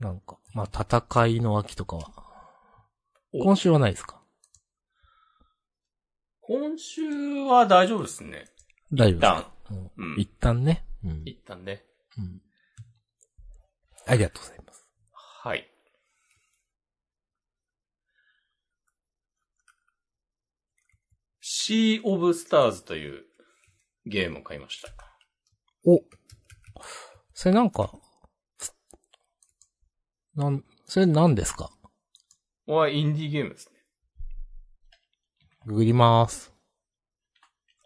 A: なんか、まあ戦いの秋とかは。
B: お
A: 今週はないですか
B: 今週は大丈夫ですね。
A: 大丈夫で
B: 一
A: す
B: 旦
A: か。うん
B: うん
A: 一旦ね。うん
B: 一旦ね。
A: うん。ありがとうございます。
B: はい。シー・オブ・スターズというゲームを買いました。
A: お。それなんか、なん、それ何ですか
B: はインディーゲームですね。
A: ググります。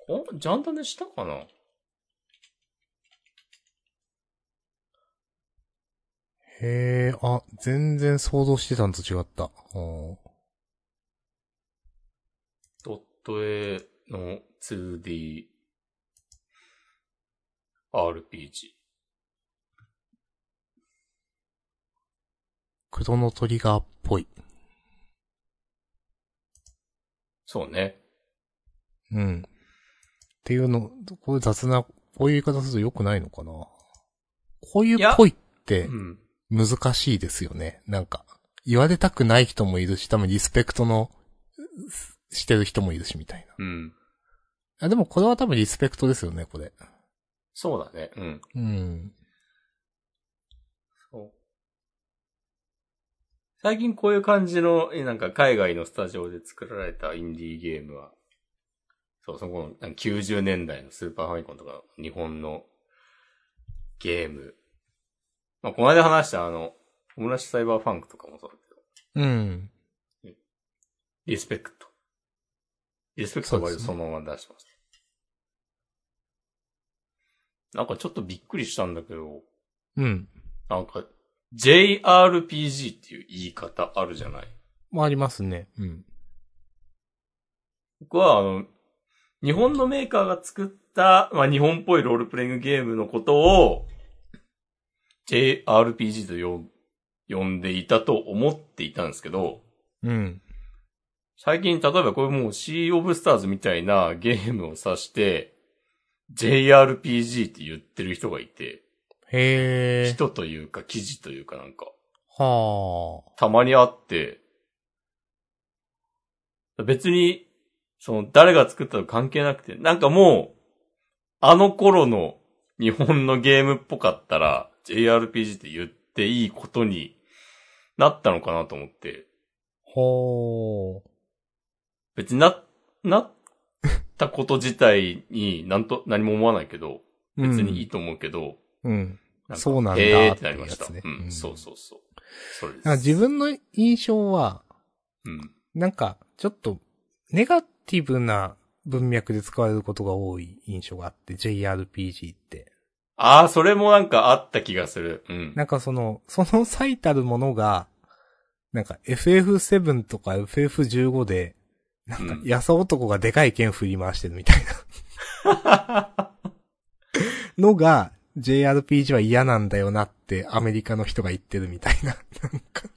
B: おジャンダネしたかな
A: へえ、あ、全然想像してたのと違った。お
B: ドット絵の 2D RPG。
A: クロノトリガーっぽい。
B: そうね。
A: うん。っていうの、こういう雑な、こういう言い方すると良くないのかなこういう
B: いや
A: ぽいっ
B: う
A: て
B: ん。
A: 難しいですよね。なんか、言われたくない人もいるし、多分リスペクトの、すしてる人もいるし、みたいな。
B: うん。
A: あ、でもこれは多分リスペクトですよね、これ。
B: そうだね。うん。
A: うん。
B: そう最近こういう感じの、えなんか海外のスタジオで作られたインディーゲームは、そう、そこの90年代のスーパーファミコンとか日本のゲーム。まあ、この間話したあの、オムラシサイバーファンクとかもそうだけど、
A: うん。
B: リスペクト。リスペクト
A: そ
B: は
A: うです
B: そ
A: ね
B: のまま出してます。なんかちょっとびっくりしたんだけど、
A: うん。
B: なんか JRPG っていう言い方あるじゃない
A: まあ、ありますね。うん。
B: 僕は、あの、日本のメーカーが作った、まあ、日本っぽいロールプレイングゲームのことを、JRPG とよ呼んでいたと思っていたんですけど、
A: うん。
B: 最近、例えばこれもう Sea of Stars みたいなゲームを指して、JRPG って言ってる人がいて、
A: へえ。
B: 人というか記事というかなんか、
A: はあ。
B: たまにあって、別に、その、誰が作ったと関係なくて、なんかもう、あの頃の日本のゲームっぽかったら、JRPG って言っていいことになったのかなと思って、
A: ほう。
B: 別にな、なったこと自体になんと、何も思わないけど、別にいいと思うけど、
A: うん。
B: か
A: そうなんだ
B: へーってなりました。
A: ってやつね
B: うん、
A: うん
B: そうそうそう。それです。
A: なんか自分の印象は、
B: うん。
A: なんか、ちょっと、ネガティブな文脈で使われることが多い印象があって、JRPG って。
B: ああ、それもなんかあった気がする。うん。
A: なんかその、その最たるものが、なんか FF7 とか FF15 で、なんか
B: う、ん
A: やさ男がでかい剣振り回してるみたいなのが、JRPG は嫌なんだよなってアメリカの人が言ってるみたいな、なんか、
B: っ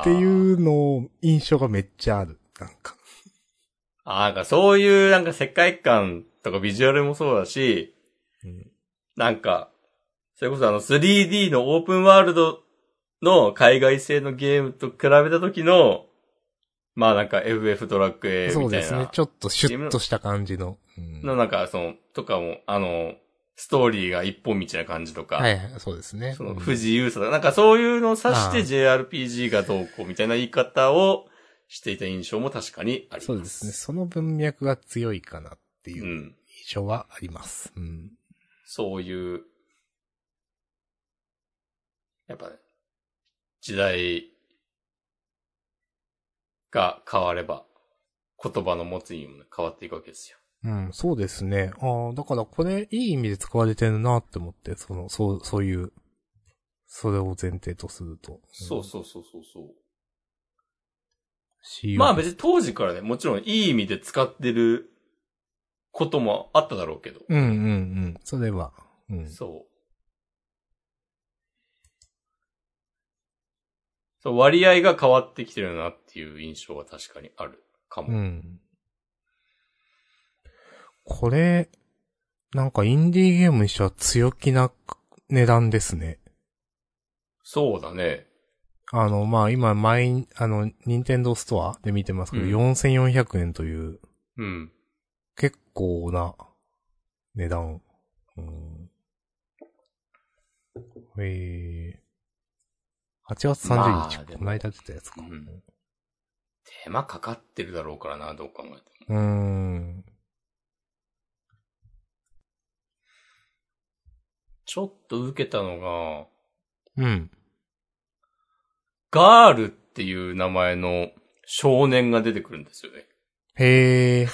A: っていうのを印象がめっちゃある。なんか。
B: ああ、なんかそういうなんか世界観とかビジュアルもそうだし、
A: うん
B: なんかそれこそあの 3D のオープンワールドの海外製のゲームと比べた時の、まあなんか FF ドラッグ A みたいな。
A: そうですね。ちょっとシュッとした感じの。うん
B: のなんか、その、とかも、あの、ストーリーが一本道な感じとか、
A: はいはい、そうですね。
B: そうの
A: ん
B: 不自由さとか、なんかそういうのを指し
A: あ
B: て JRPG がどうこうみたいな言い方をしていた印象も確かにあります。
A: そうですね。その文脈が強いかなって
B: う。
A: いうん印象はあります。うん。
B: そういう、やっぱね、時代が変われば、言葉の持つ意味もね変わっていくわけですよ。
A: うん、そうですね。ああ、だからこれいい意味で使われてるなって思って、その、そう、そういう、それを前提とすると。ん
B: そうそうそうそうそう。
A: しよう。
B: まあ別に当時からね、もちろんいい意味で使ってることもあっただろうけど。
A: うんうんうん。それは。うん。
B: そう。そう、割合が変わってきてるなっていう印象は確かにあるかも。
A: うん。これ、なんかインディーゲームにしては強気な値段ですね。
B: そうだね。
A: あの、まあ今、マイン、あの、ニンテンドーストアで見てますけど、
B: うん
A: 4400円という、
B: うん。
A: 結構な値段。うん。えー。8月30日、
B: まあでも
A: こないだ出たやつか。
B: うん手間かかってるだろうからな、どう考えて
A: うー
B: も。
A: ん。
B: ちょっと受けたのが、
A: うん。
B: ガールっていう名前の少年が出てくるんですよね。
A: へー。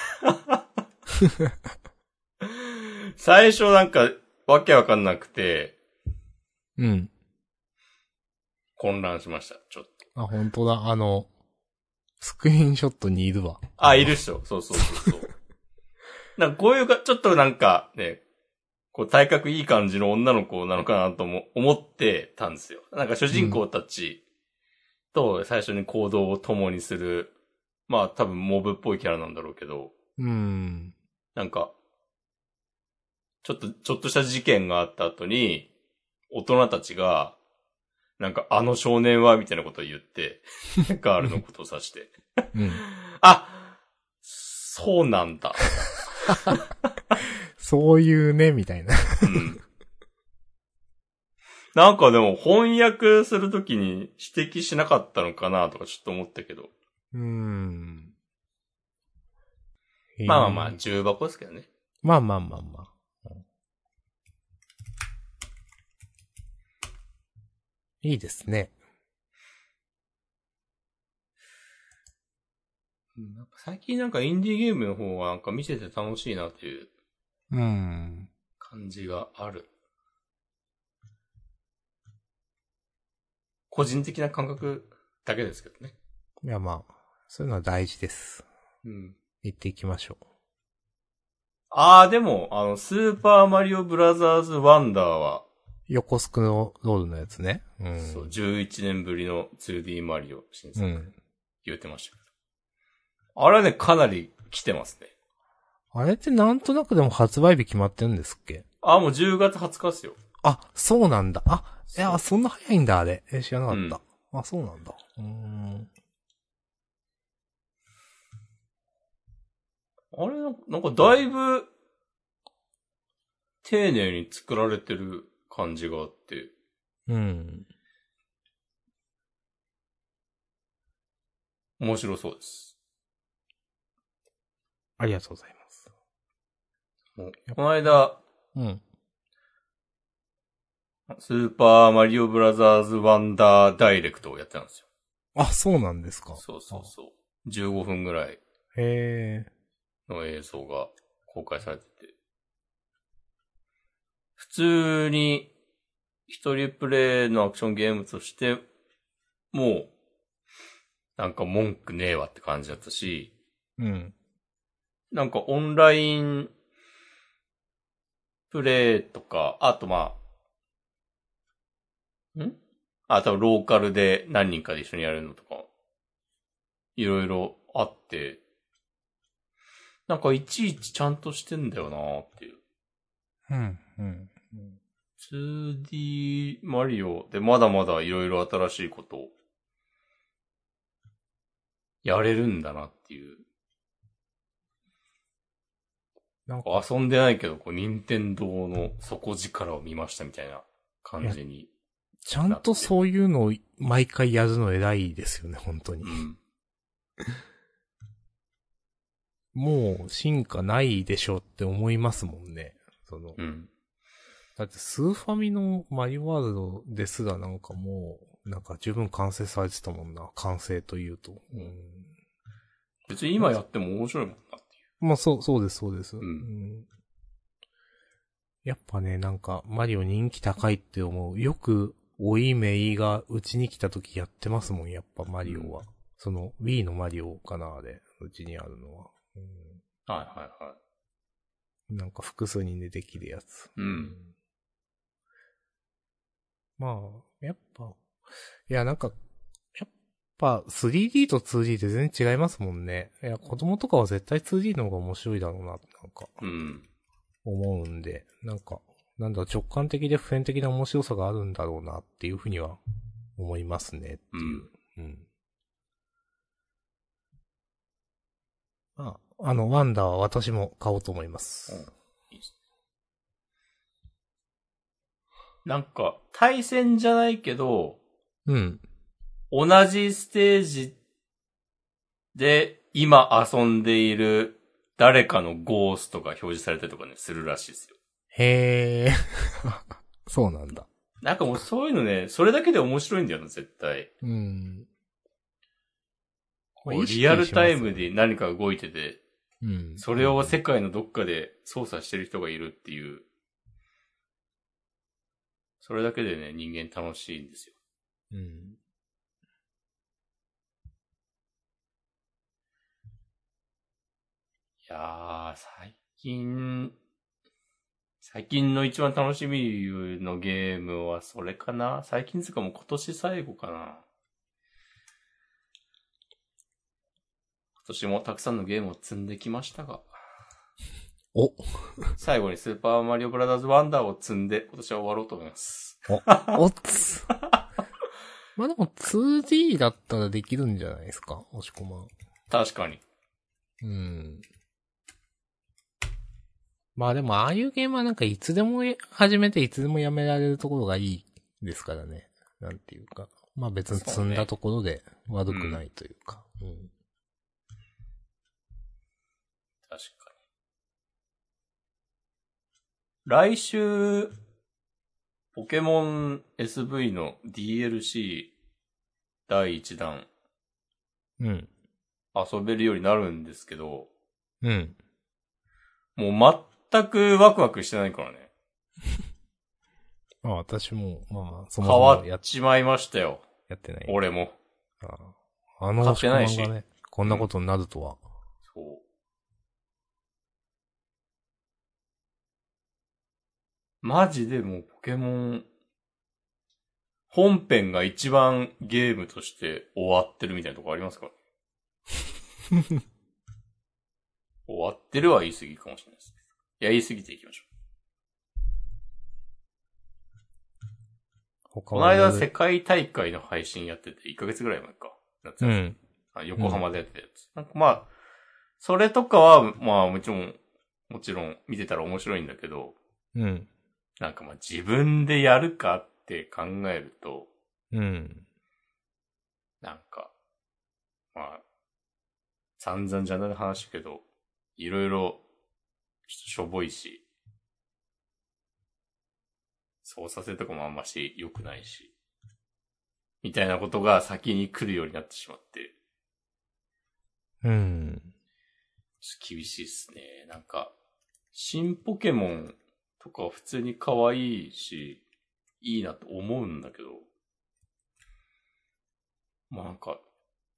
B: 最初なんか、わけわかんなくて、
A: うん。
B: 混乱しました、ちょっと。
A: あ、本当だ。あの、スクリーンショットにいるわ。
B: あ、いるっしょ。そうそうそうそう。 なんかこういうか、ちょっとなんかね、こう体格いい感じの女の子なのかなとも思ってたんですよ。なんか主人公たちと最初に行動を共にする、まあ多分モブっぽいキャラなんだろうけど、
A: うん。
B: なんか、ちょっと、ちょっとした事件があった後に、大人たちが、なんかあの少年は、みたいなことを言って、ガールのことを指して。
A: うん。
B: あそうなんだ。
A: そういうね、みたいな。
B: うん。なんかでも翻訳するときに指摘しなかったのかなとかちょっと思ったけど。
A: うーん。
B: まあまあまあ、
A: えー
B: 重箱ですけどね。
A: まあまあまあまあ。いいですね。
B: なんか最近なんかインディーゲームの方はなんか見てて楽しいなっていう
A: うん。
B: 感じがある。個人的な感覚だけですけどね。
A: いやまあ、そういうのは大事です。
B: うん。
A: 行っていきましょ
B: ああ、でも、あの、スーパーマリオブラザーズワンダーは、
A: う。横スクロールのやつね。うん。
B: そう、11年ぶりの 2D マリオ新作、
A: うん
B: 言ってましたけど。あれはね、かなり来てますね。
A: あれってなんとなくでも発売日決まってるんですっけ
B: あ、もう10月20日っすよ。
A: あ、そうなんだ。あ、いや、そんな早いんだ、あれ。え、知らなかった。あ、そうなんだ。うーん。
B: あれ、なんかだいぶ、丁寧に作られてる感じがあって、
A: うん。
B: 面白そうです。
A: ありがとうございます。
B: もうこの間、
A: うん。
B: スーパーマリオブラザーズワンダーダイレクトをやってたんですよ。
A: あ、そうなんですか。
B: そうそうそう。15分ぐらい
A: へえ。
B: の映像が公開されてて。普通に一人プレイのアクションゲームとして、もう、なんか文句ねえわって感じだったし、
A: うん。
B: なんかオンラインプレイとか、あとまあ、んあ、多分ローカルで何人かで一緒にやるのとか、いろいろあって、なんかいちいちちゃんとしてんだよなーっていう。
A: うん。うん。
B: 2D マリオでまだまだいろいろ新しいことをやれるんだなっていう。
A: なん
B: か遊んでないけど、こう、任天堂の底力を見ましたみたいな感じに。
A: ちゃんとそういうのを毎回やるの偉いですよね、本当に
B: う。ん。
A: もう進化ないでしょって思いますもんね。その、
B: うん。
A: だってスーファミのマリオワールドですらなんかもう、なんか十分完成されてたもんな。完成というと。
B: うん
A: うん
B: 別に今やっても面白いもんなってい
A: まあ、そう、そうです、そうです。
B: ん
A: うんやっぱね、なんか、マリオ人気高いって思う。よく、おいめいがうちに来た時やってますもん、やっぱマリオは。
B: う
A: その、Wii のマリオかな、で、うちにあるのは。
B: う。はいはいはい。
A: うんなんか複数人でできるやつ。
B: うん。
A: まあ、やっぱ、いや、なんか、やっぱ 3D と 2D って全然違いますもんね。いや、子供とかは絶対 2D の方が面白いだろうな、なんか。
B: うん。
A: 思うんで、なんか、なんだ、直感的で普遍的な面白さがあるんだろうなっていうふうには思いますねっていう。うん。まあ、あの、ワンダーは私も買おうと思います。
B: なんか、対戦じゃないけど、
A: うん。
B: 同じステージで今遊んでいる誰かのゴーストが表示されたりとかね、するらしいですよ。
A: へえ。 そうなんだ。
B: なんかもうそういうのね、それだけで面白いんだよな、絶対。
A: うん。
B: こうリアルタイムで何か動いてて、
A: うん。
B: それを世界のどっかで操作してる人がいるっていう。それだけでね、人間楽しいんですよ。
A: うん。
B: いやー、最近、最近の一番楽しみのゲームはそれかな最近つうかもう今年最後かな今年もたくさんのゲームを積んできましたが、
A: お、
B: 最後にスーパーマリオブラザーズワンダーを積んで今年は終わろうと思います。
A: おっ つ。まあでも 2D だったらできるんじゃないですか押し込まん。
B: 確かに。
A: うん。まあでもああいうゲームはなんかいつでも始めていつでもやめられるところがいいですからね。なんていうか。まあ別に積んだところで悪くないというか。うん
B: 確かに。来週、ポケモン SV の DLC 第1弾
A: うん。
B: 遊べるようになるんですけど、
A: うん。
B: もう全くワクワクしてないからね。
A: まあ私も、まあ、そ
B: 変
A: もそ
B: わ
A: もや
B: っちまいましたよ。
A: やってない。
B: 俺も。
A: あああの押
B: 買っ
A: して
B: ないし
A: 込まんがね、こんなことになるとは。
B: そう。マジでもうポケモン、本編が一番ゲームとして終わってるみたいなとこあ りますか終わってるは言い過ぎかもしれないです。いや、言い過ぎていきましょう。
A: 他
B: この間世界大会の配信やってて、1ヶ月ぐらい前か。夏
A: う
B: 休み
A: ん。
B: あ横浜でやってたやつ。なんかまあ、それとかは、まあもちろん、もちろん見てたら面白いんだけど、
A: うん。
B: なんかまあ自分でやるかって考えると、
A: うん。
B: なんか、まあ、散々じゃない話だけど、いろいろ、ちょっとしょぼいし、操作性とかもあんまし良くないし、みたいなことが先に来るようになってしまって、
A: うん。
B: ちょっと厳しいっすね。なんか、新ポケモンとか普通に可愛いし、いいなと思うんだけど、まあなんか、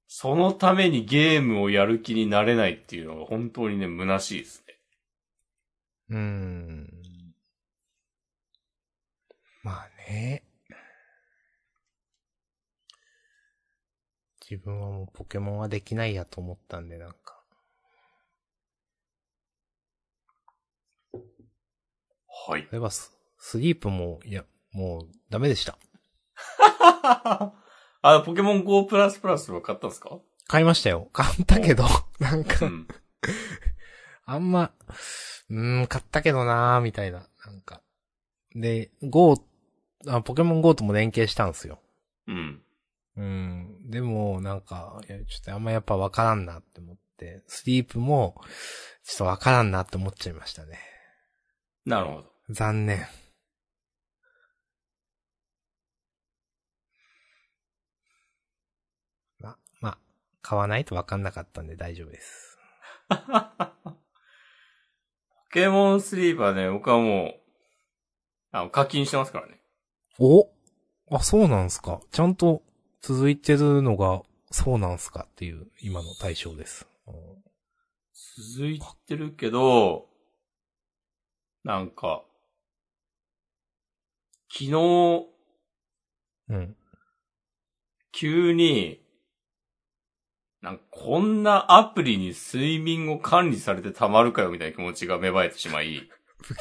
B: そのためにゲームをやる気になれないっていうのが本当にね、虚しいですね。
A: うん。まあね。自分はもうポケモンはできないやと思ったんで、なんか。
B: はい。
A: 例えばス、スリープも、いや、もうダメでした。
B: あ、ポケモン GO++ は買ったんですか
A: 買いましたよ。買ったけど、 なん
B: う
A: か、
B: ん。
A: あんま、うーん、買ったけどなー、みたいな。なんか。で、GO、あ、ポケモン GO とも連携したんですよ。
B: うん。
A: うん。でも、なんか、いや、ちょっとあんまやっぱわからんなって思って、スリープも、ちょっとわからんなって思っちゃいましたね。
B: なるほど。
A: 残念。ま、まあ、買わないとわかんなかったんで大丈夫です。
B: ポケモンスリーパーね、僕はもう、あの、課金してますからね。
A: おあ、そうなんすか。ちゃんと続いてるのが、そうなんすかっていう、今の対象です。うん
B: 続いてるけど、なんか、昨日、
A: うん。
B: 急に、なんかこんなアプリに睡眠を管理されてたまるかよみたいな気持ちが芽生えてしまい、
A: ウ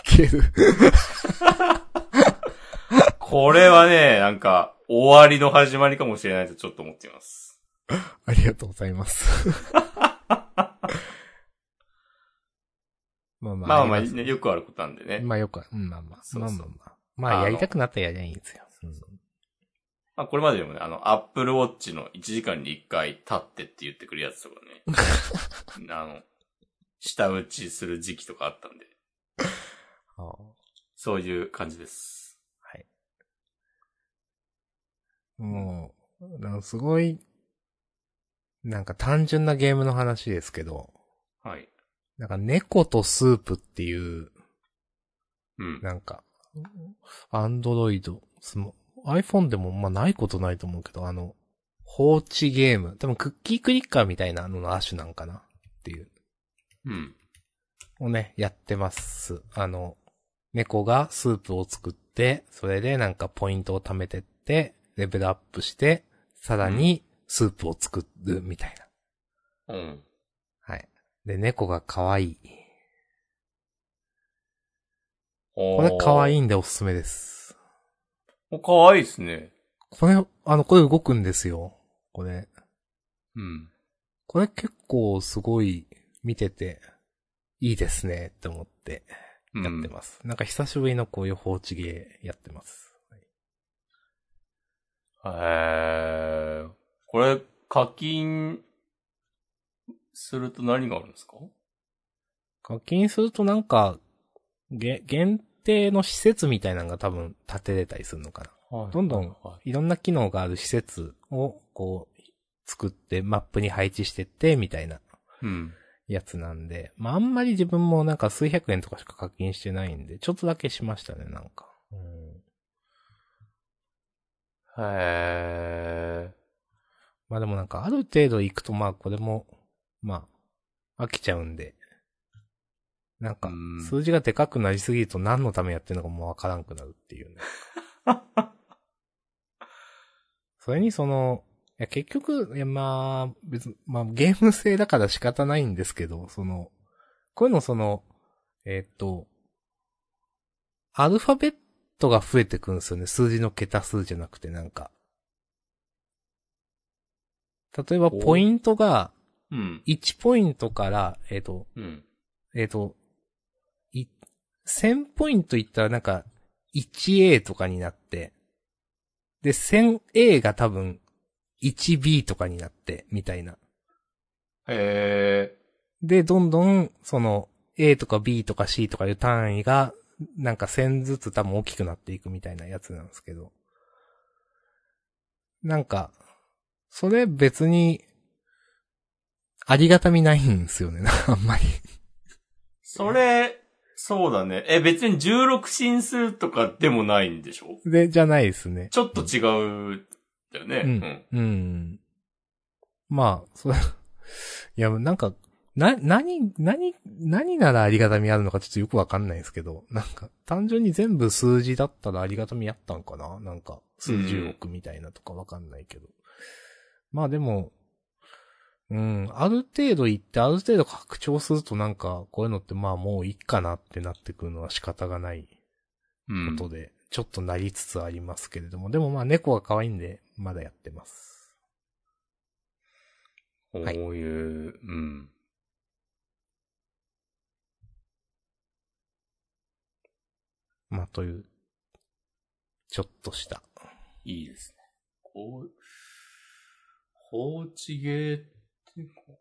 A: ケる。
B: これはね、なんか、終わりの始まりかもしれないとちょっと思っています。
A: ありがとうござい ます。まあま
B: まあまあ、
A: りす
B: ね、よくあることなんでね。
A: まあよくは、うん、まあまあ。
B: そう
A: ま
B: そう
A: あまあまあ。まあやりたくなったらやりゃいいんですよ。うん
B: まあ、これまででもね、あの、Apple Watch の1時間に1回立ってって言ってくるやつとかね。あの、下打ちする時期とかあったんで、
A: ああ
B: そういう感じです。
A: もう、なんかすごい、なんか単純なゲームの話ですけど、
B: はい。
A: なんか猫とスープっていう、
B: うん。
A: なんか、アンドロイド、スマ iPhone でもまあないことないと思うけど、あの、放置ゲーム。多分クッキークリッカーみたいなのの亜種なんかなっていう。
B: うん。
A: をね、やってます。あの、猫がスープを作って、それでなんかポイントを貯めてって、レベルアップして、さらにスープを作るみたいな。
B: うん。
A: はい。で、猫が可愛い。
B: こ
A: これ可愛
B: い。
A: いんでおすすめです。
B: お可愛いですね。
A: これ、あの、これ動くんですよ。これ。
B: うん。
A: これ結構すごい見てて、いいですねって思って
B: う
A: やって
B: ん。
A: ます。なんか久しぶりのこういう放置芸やってます。
B: へー。これ、課金すると何があるんですか
A: 課金するとなんか、げ、限定の施設みたいなのが多分建てれたりするのかな。
B: はい
A: どんどん
B: はい。
A: ろんな機能がある施設を、こう、作ってマップに配置してって、みたいない
B: うん。
A: やつなんで。まあ、あんまり自分もなんか数百円とかしか課金してないんで、ちょっとだけしましたね、なんか。うん。
B: へー。
A: まあでもなんかある程度行くとまあこれも、まあ、飽きちゃうんで。なんか
B: うん、
A: 数字がでかくなりすぎると何のためやってるのかもうわからんくなるっていうね。それにその、いや結局、いやまあ、別に、まあゲーム性だから仕方ないんですけど、その、こういうのその、えーっと、アルファベットが増えてくんですよね。数字の桁数じゃなくてなんか。例えば
B: お
A: ポイントが
B: うん。
A: 1ポイントから、えーっと、
B: うん。
A: えっ、と、い、1000ポイントいったらなんか、1A とかになって、で、1000A が多分、1B とかになって、みたいな。
B: へ
A: で、どんどん、その、A とか B とか C とかいう単位が、なんか1000ずつ多分大きくなっていくみたいなやつなんですけど。なんか、それ別に、ありがたみないんですよね、 あんまり。
B: ー。それ、そうだね。え、別に16進するとかでもないんでしょ
A: で、じゃないですね。
B: ちょっと違うんだよね。
A: うん。うん。まあ、それ、いや、なんか、な、何、何、何ならありがたみあるのかちょっとよくわかんないですけど、なんか、単純に全部数字だったらありがたみあったんかななんか、数十億みたいなとかわかんないけど。まあでも、うん、ある程度言って、ある程度拡張するとなんか、こういうのってまあもういいかなってなってくるのは仕方がない
B: うん。
A: ことで、ちょっとなりつつありますけれども、でもまあ猫が可愛いんで、まだやってます。
B: こういう、うん。
A: まあという、ちょっとした。
B: いいですね。こう、放置ゲーってこう、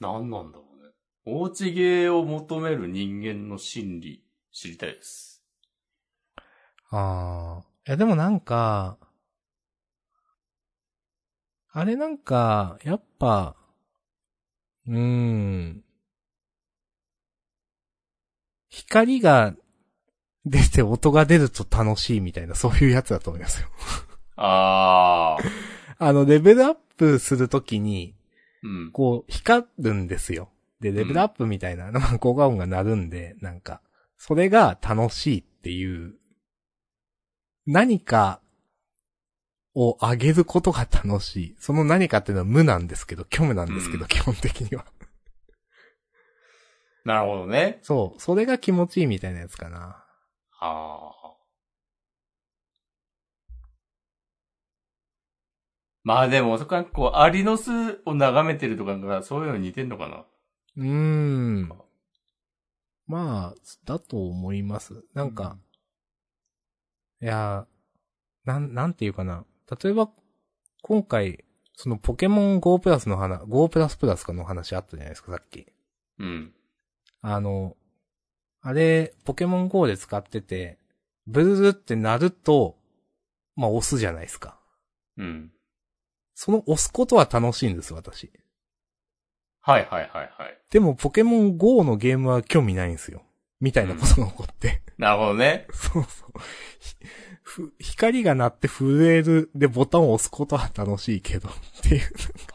B: 何なんだろうね。放置ゲーを求める人間の心理、知りたいです。
A: ああ。いやでもなんか、あれなんか、やっぱ、うーん。光が出て音が出ると楽しいみたいな、そういうやつだと思いますよ。
B: ああ、
A: あの、レベルアップするときに、
B: うん。
A: こう、光るんですよ。で、レベルアップみたいな、 まあ、効果音が鳴るんで、なんか、それが楽しいっていう、何かを上げることが楽しい。その何かっていうのは無なんですけど、虚無なんですけど、
B: うん
A: 基本的には。
B: なるほどね。
A: そう、それが気持ちいいみたいなやつかな。
B: ああ。まあでも、そこはこう、アリの巣を眺めてるとかが、そういうのに似てんのかな。
A: うーん。まあ、だと思います。なんか、いやー、なん、なんていうかな。例えば、今回、そのポケモン GO プラスの話、GO プラスプラスかの話あったじゃないですか、さっき。
B: うん。
A: あの、あれ、ポケモン GO で使ってて、ブルルって鳴ると、まあ押すじゃないですか。
B: うん。
A: その押すことは楽しいんです、私。
B: はいはいはいはい。
A: でもポケモン GO のゲームは興味ないんですよ。みたいなことが起こって。
B: なるほどね。
A: そうそう。ひふ光が鳴って震えるでボタンを押すことは楽しいけどって いう。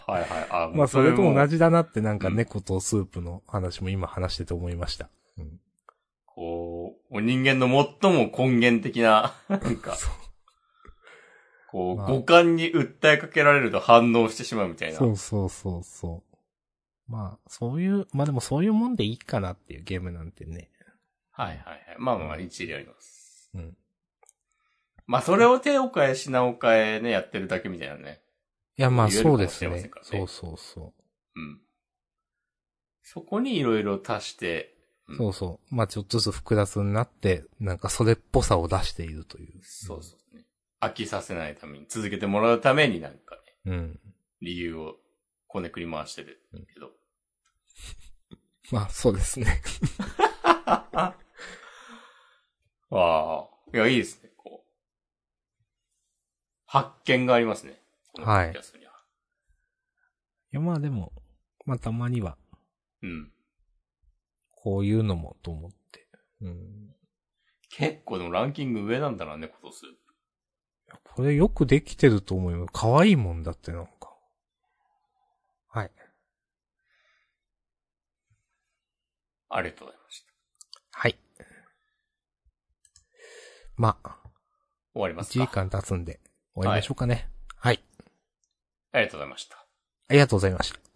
B: はいはい。あ、もう
A: まあそれと同
B: も
A: じだなってなんか
B: うん
A: 猫とスープの話も今話してて思いました。うん。
B: こう、お人間の最も根源的な、 なんか、
A: そう
B: こう、
A: まあ
B: 五感に訴えかけられると反応してしまうみたいな。
A: そうそうそうそう。まあそういう、まあでもそういうもんでいいかなっていうゲームなんてね。
B: はいはいはい。まあまあ、一理あります。
A: うん。
B: まあ、それを手を変え、品を変えね、やってるだけみたいなね。
A: いやまあ
B: 言えるか
A: そう
B: も
A: です
B: しれませ
A: ね
B: ん。から
A: そ
B: ね
A: うそうそ
B: うん。そこにいろいろ足して、う
A: う。
B: ん
A: そうそう。まあちょっとずつ複雑になって、なんかそれっぽさを出しているという。
B: そうそう、ね。飽きさせないために、続けてもらうためになんかね、
A: うん。
B: 理由をこねくり回してるけど。
A: まあそうですね。
B: ああ。いや、いいですね。こう。発見がありますね。この
A: はい
B: ポッドキャストには。
A: いやまあでも、まあたまには
B: うん。
A: こういうのもと思って。うん。
B: 結構でもランキング上なんだな、猫とスープ。
A: これよくできてると思います。可愛いもんだってなんか。はい。
B: ありがとうございました。
A: はい。まあ、
B: 終わりま
A: 1
B: すか。
A: 時間経つんで終わりましょうかね。はい。
B: ありがとうございました。
A: ありがとうございました。